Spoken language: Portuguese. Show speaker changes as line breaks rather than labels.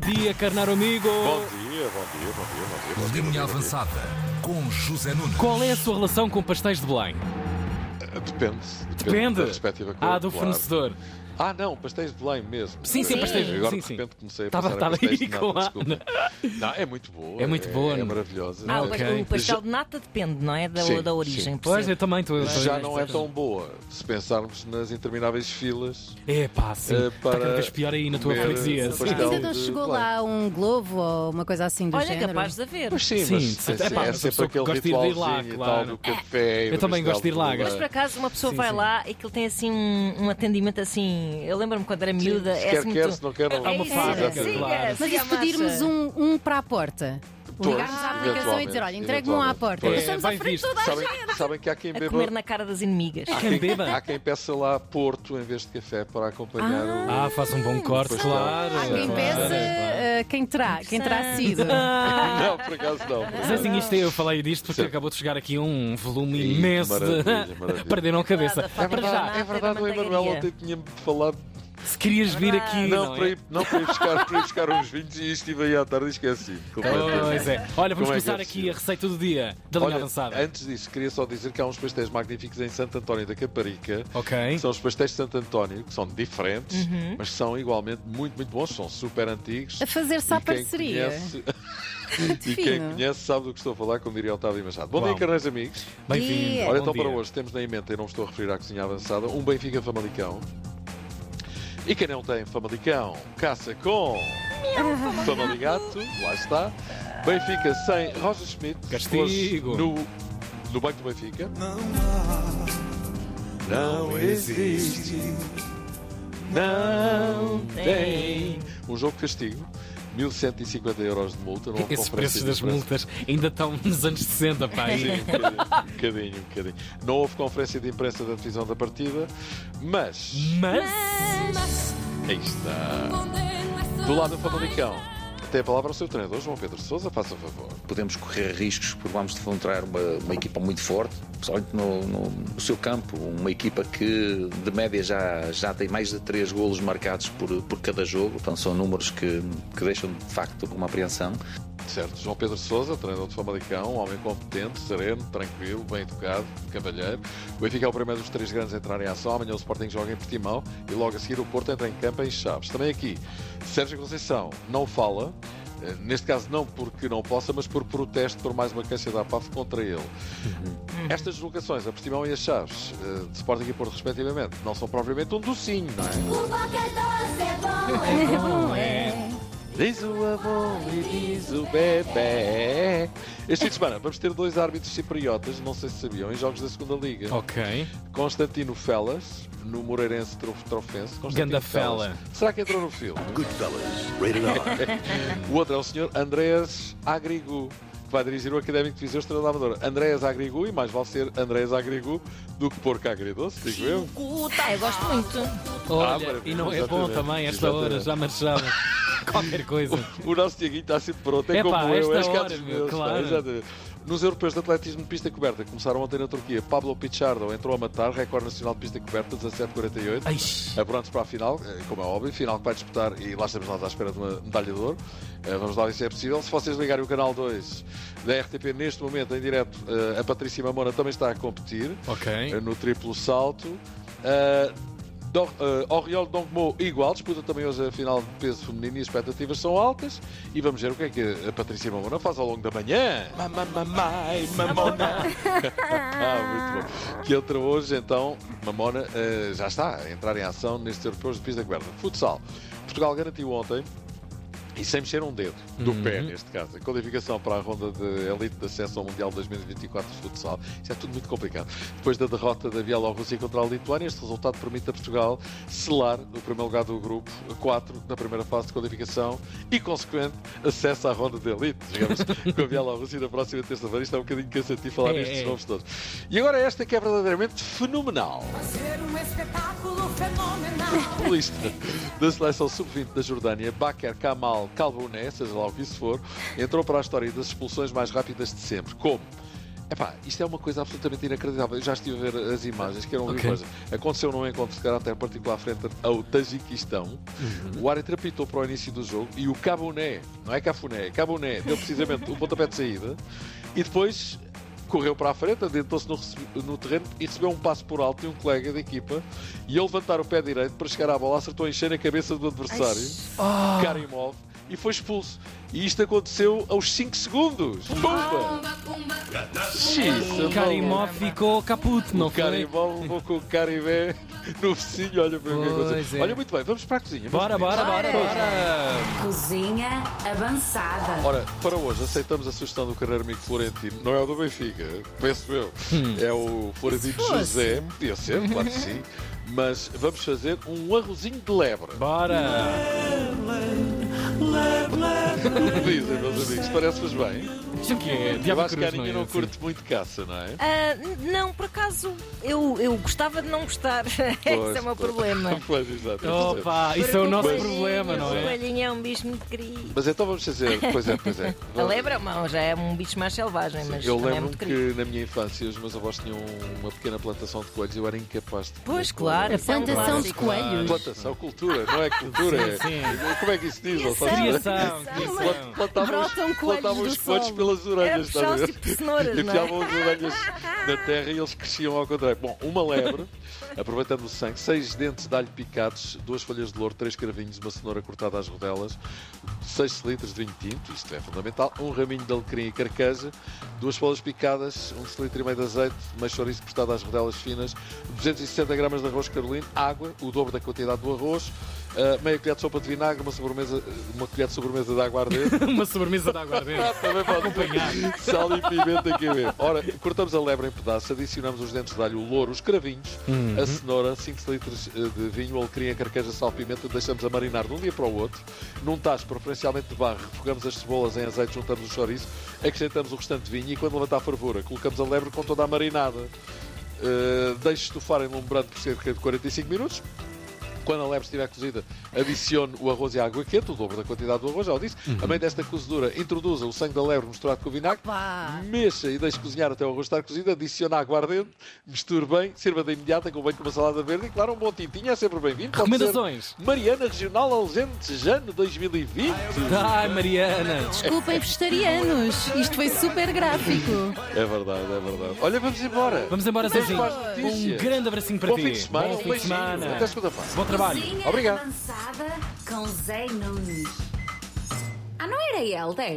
dia, carnaro amigo.
Bom dia, bom dia, bom dia, bom dia. Bom dia, bom
Linha
dia, bom dia.
Avançada com José Nunes.
Qual é a sua relação com pastéis de Belém?
Depende, depende.
Depende.
Da respectiva cor,
Ah, do
claro.
fornecedor.
Ah, não, pastéis de Belém mesmo.
Sim, sim,
Eh,
pastéis de-
Agora
sim,
de
sim.
repente comecei a
Tava-
pensar
tava
em pastéis de
aí com
nata,
a-
desculpa. Não, é muito boa.
É muito boa,
É,
não.
maravilhosa.
Ah,
Ah,
ok.
o pastel de nata depende, não é? Da,
Sim,
da origem.
sim.
Pois, é,
percebo.
eu também estou.
Já não é tão boa se pensarmos nas intermináveis filas.
É pá, sim.
eh,
Está cada vez pior aí na tua
comer
freguesia.
pastel
Ainda não
Então, de
chegou
Belém.
lá um globo ou uma coisa assim do
Olha,
género.
capaz de haver.
Mas sim,
Sim,
mas
de
é,
certeza. Epá,
é
uma
sempre
pessoa que
aquele
gosta de ir lá,
ritualzinho e tal
claro.
do café. e
Eu
do
também gosto de ir lá,
pastel
agora.
Mas por acaso uma pessoa
Sim,
vai
sim.
lá e aquilo tem assim um, um atendimento assim. Eu lembro-me quando era miúda.
se
é
quer,
assim
quer,
muito...
se não quer, não-
É
Há uma
isso,
fase,
é,
claro.
siga,
Mas
Mas e
siga
se
a
pedirmos
marcha.
um, um para a porta?
Pois,
Ligarmos à aplicação e dizer, olha,
eventualmente,
entregue-me um à
eventualmente.
porta. Nós estamos à
bem
frente de
visto.
toda a
Sabem, sabem que há quem
A
beba. Ah,
comer na cara das inimigas.
há
Quem beba?
Há quem peça lá Porto em vez de café para acompanhar o.
Ah, faz um bom corte,
Pois
claro.
não. Há
Quem
claro.
peça, eh, quem terá, quem terá sido.
Ah,
Não, por acaso não. por acaso
Zezinho, isto é- eu falei disto porque
Sim.
acabou de chegar aqui um volume
Ih,
imenso
maravilha,
de.
maravilha.
Perderam a cabeça.
Nada, falta
Para
de
já,
nada.
É verdade, o Emanuel
Manteigaria.
ontem tinha-me falado.
se querias vir aqui.
Não,
é?
para, ir, não para, ir buscar, para ir buscar uns vinhos e estive aí à tarde e esqueci.
Pois é. Olha, vamos
Como é que é
começar aqui
possível?
a receita do dia da linha
Olha, é
avançada.
Antes disso, queria só dizer que há uns pastéis magníficos em Santo António da Caparica.
Ok.
que São os pastéis de Santo António, que são diferentes, mas que são igualmente muito, muito bons, são super antigos.
A fazer-se
E
à
quem
parceria.
conhece-
Muito
e quem
fino.
conhece sabe do que estou a falar, como diria Otávio Machado. Bom
Uau.
dia, caros amigos.
Bem-vindo.
dia.
Olha,
Bom
então
dia.
para hoje temos na emenda, e não me estou a referir à cozinha avançada, um Benfica Famalicão. E quem não tem Famalicão, caça com. Famaligato, lá está. Benfica sem Roger Schmidt.
Castigo.
hoje No, no banco do Benfica. Não há. Não existe. Não tem. Um jogo de castigo. 1150 euros de multa. não há
Esses
conferência
preços
de
das
imprensa.
multas ainda estão nos anos 60, pá.
Sim,
E-
um bocadinho, um bocadinho, um bocadinho. Não houve conferência de imprensa da divisão da partida, mas.
Mas.
Aí está. Do lado do Famalicão, tem a palavra o seu treinador, João Pedro Souza, faça favor.
podemos correr riscos por vamos enfrentar uma, uma equipa muito forte, principalmente no, no- no seu campo, uma equipa que de média já, já tem mais de três golos marcados por, por cada jogo, portanto são números que, que deixam de facto alguma apreensão.
Certo, João Pedro Souza, treinador do Famalicão, um homem competente, sereno, tranquilo, bem educado, cavalheiro. O Benfica é o primeiro dos três grandes a entrar em ação. Amanhã o Sporting joga em Portimão e logo a seguir o Porto entra em campo em Chaves. Também aqui, Sérgio Conceição não fala, eh, neste caso não porque não possa, mas por protesto por mais uma queixa da APAF contra ele. Estas deslocações, a Portimão e a Chaves, eh, de Sporting e Porto respectivamente, não são propriamente um docinho, não é?
é
Diz o avô e diz o bebê. Este fim de semana vamos ter dois árbitros cipriotas, não sei se sabiam, em jogos da segunda Liga.
Ok.
Constantino Felas, no Moreirense Trof- Trofense. Constantino
Ganda
Felas.
fela.
Será que entrou no filme? O outro é o senhor Andrés Agrigu, que vai dirigir o Académico de Viseu Estrela da Amadora. Andrés Agrigu, e mais vale ser Andrés Agrigu do que Porco Agridoce, digo eu.
Ah, eu gosto muito.
Olha,
maravilha,
e não é bom
exatamente,
também, esta hora
exatamente.
já marchava. Qualquer coisa.
O nosso Tiaguinho está sempre pronto, é,
Epá,
como eu,
esta
é escados
hora, meu,
meus, pá,
claro.
exatamente. Nos europeus de atletismo de pista coberta, que começaram ontem na Turquia, Pablo Pichardo entrou a matar, recorde nacional de pista coberta, 17,48.
Ai,
Apurando-se para a final, eh, como é óbvio, final que vai disputar, e lá estamos nós à espera de uma medalha de ouro. Eh, Vamos lá ver se é possível. Se vocês ligarem o canal 2 da RTP neste momento, em direto, eh, a Patrícia Mamona também está a competir
ok.
eh, no triplo salto. Uh, Do, uh, Oriol Dongmo igual, disputa também hoje a final de peso feminino e as expectativas são altas. E vamos ver o que é que a Patrícia Mamona faz ao longo da manhã. Ah, muito bom. Que entra hoje, então, Mamona eh, já está a entrar em ação nestes europeus de pista coberta. Futsal. Portugal garantiu ontem, e sem mexer um dedo, do
Uhum.
pé neste caso, a qualificação para a ronda de elite de acesso ao Mundial 2024 de futsal. Isto é tudo muito complicado. Depois da derrota da Bielorrússia contra a Lituânia, este resultado permite a Portugal selar o primeiro lugar do grupo 4 na primeira fase de qualificação e, consequente, acesso à ronda de elite, digamos, com a Bielorrússia na próxima terça-feira. Isto é um bocadinho cansativo falar
É,
nestes
é.
nomes todos. E agora esta que é verdadeiramente fenomenal.
Ser um espetáculo fenomenal.
futebolista da seleção sub-20 da Jordânia, Baker Kamal Kalbouné, seja lá o que isso for, entrou para a história das expulsões mais rápidas de sempre. Como? Epá, isto é uma coisa absolutamente inacreditável. Eu já estive a ver as imagens, que eram
Ok.
okay. coisa. Aconteceu num encontro de caráter particular frente ao Tajiquistão. O árbitro apitou para o início do jogo e o Caboné, não é Cafuné, é Caboné, deu precisamente o pontapé de saída e depois correu para a frente, adiantou-se no, rece- no terreno e recebeu um passo por alto de um colega da equipa e ao levantar o pé direito para chegar à bola acertou em cheio na cabeça do adversário, Karimov, e foi expulso. E isto aconteceu aos 5 segundos. Pumba! Xiii,
Karimov ficou caput, não
não
foi?
Carimov, vou com o Carimé no focinho, olha para mim.
Pois é.
Olha, muito bem, vamos para a cozinha. meus
Bora,
queridos.
bora, bora,
Bora.
bora.
Cozinha avançada.
Ora, para hoje aceitamos a sugestão do carreiro amigo Florentino. Não é o do Benfica, penso eu.
Hum.
É o Florentino José, podia ser, claro que sim. Mas vamos fazer um arrozinho de lebre.
Bora.
Como dizem, meus amigos, parece-vos bem.
Isto o que é?
Eu
Diabo
acho que a
Cruz,
Aninha
é
não
assim?
curte muito caça, não é?
Ah, n- não, por acaso, eu, eu gostava de não gostar.
Pois,
Esse é
pois.
o meu
Então,
problema.
Pois, exato.
Opa, isso é o nosso
Porque o
problema,
coelhinho-
não
O
é?
coelhinho é um bicho muito querido.
Mas então vamos fazer, pois é, pois é.
A lebra não, já é um bicho mais selvagem, mas
eu
também é
lembro-me
muito querido.
que na minha infância os meus avós tinham uma pequena plantação de coelhos e eu era incapaz de. comer
Pois,
coelho.
claro.
A
isso é um
plantação de
clássico.
coelhos.
Plantação, cultura, não é cultura. é-
sim.
Como é que isso diz? Alfonso?
Criação, criação.
Plant- Plantavam os,
Brotam coelhos
plantavam
do
os coelhos
solo. É,
pelas
Era
orelhas, está a
puxá-los
ver?
tipo cenouras,
E
não é?
enfiavam as orelhas na terra e eles cresciam ao contrário. Bom, uma lebre, aproveitando o sangue, seis dentes de alho picados, duas folhas de louro, três cravinhos, uma cenoura cortada às rodelas, seis litros de vinho tinto, isto é fundamental, um raminho de alecrim e carcaja, duas folhas picadas, um cilindro e meio de azeite, meio chouriço cortado às rodelas finas, 260 gramas de arroz carolino, água, o dobro da quantidade do arroz, ah, meia colher de sopa de vinagre, uma, sobremesa, uma colher de sobremesa de água ardente,
Uma sobremesa de água ardente.
também pode acompanhar. Sal e pimenta aqui mesmo. Ora, cortamos a lebre em pedaços, adicionamos os dentes de alho, o louro, os cravinhos, a cenoura, 5 litros eh, de vinho, alecrim, a carqueja, sal, pimenta, deixamos a marinar de um dia para o outro. Num tacho, preferencialmente de barro, refogamos as cebolas em azeite, juntamos o chouriço, acrescentamos o restante de vinho e quando levantar a fervura, colocamos a lebre com toda a marinada. Eh, deixe estufar em lumbrante por cerca de 45 minutos, quando a lebre estiver cozida, adicione o arroz e a água quente, o dobro da quantidade do arroz, já o disse.
Uhum.
A meio desta cozedura, introduza o sangue da lebre misturado com o vinagre,
Pá.
mexa e deixe cozinhar até o arroz estar cozido, adicione água ardente, misture bem, sirva de imediato, acompanhe com uma salada verde e, claro, um bom tintinho é sempre bem-vindo. Pode ser
Recomendações.
Mariana Regional Alentejano 2020.
Ai, Mariana.
Desculpem, vegetarianos. Isto foi super gráfico.
É verdade, é verdade. Olha, vamos embora.
Vamos embora, Zezinho.
para as
Um
notícias.
grande abracinho para
Bom
ti.
fim de semana,
Bom
um
fim de
beijinho.
semana.
Até segunda-feira.
Bom trabalho.
Cozinha
Obrigado.
avançada com Zé Nunes. Ah, não era ele,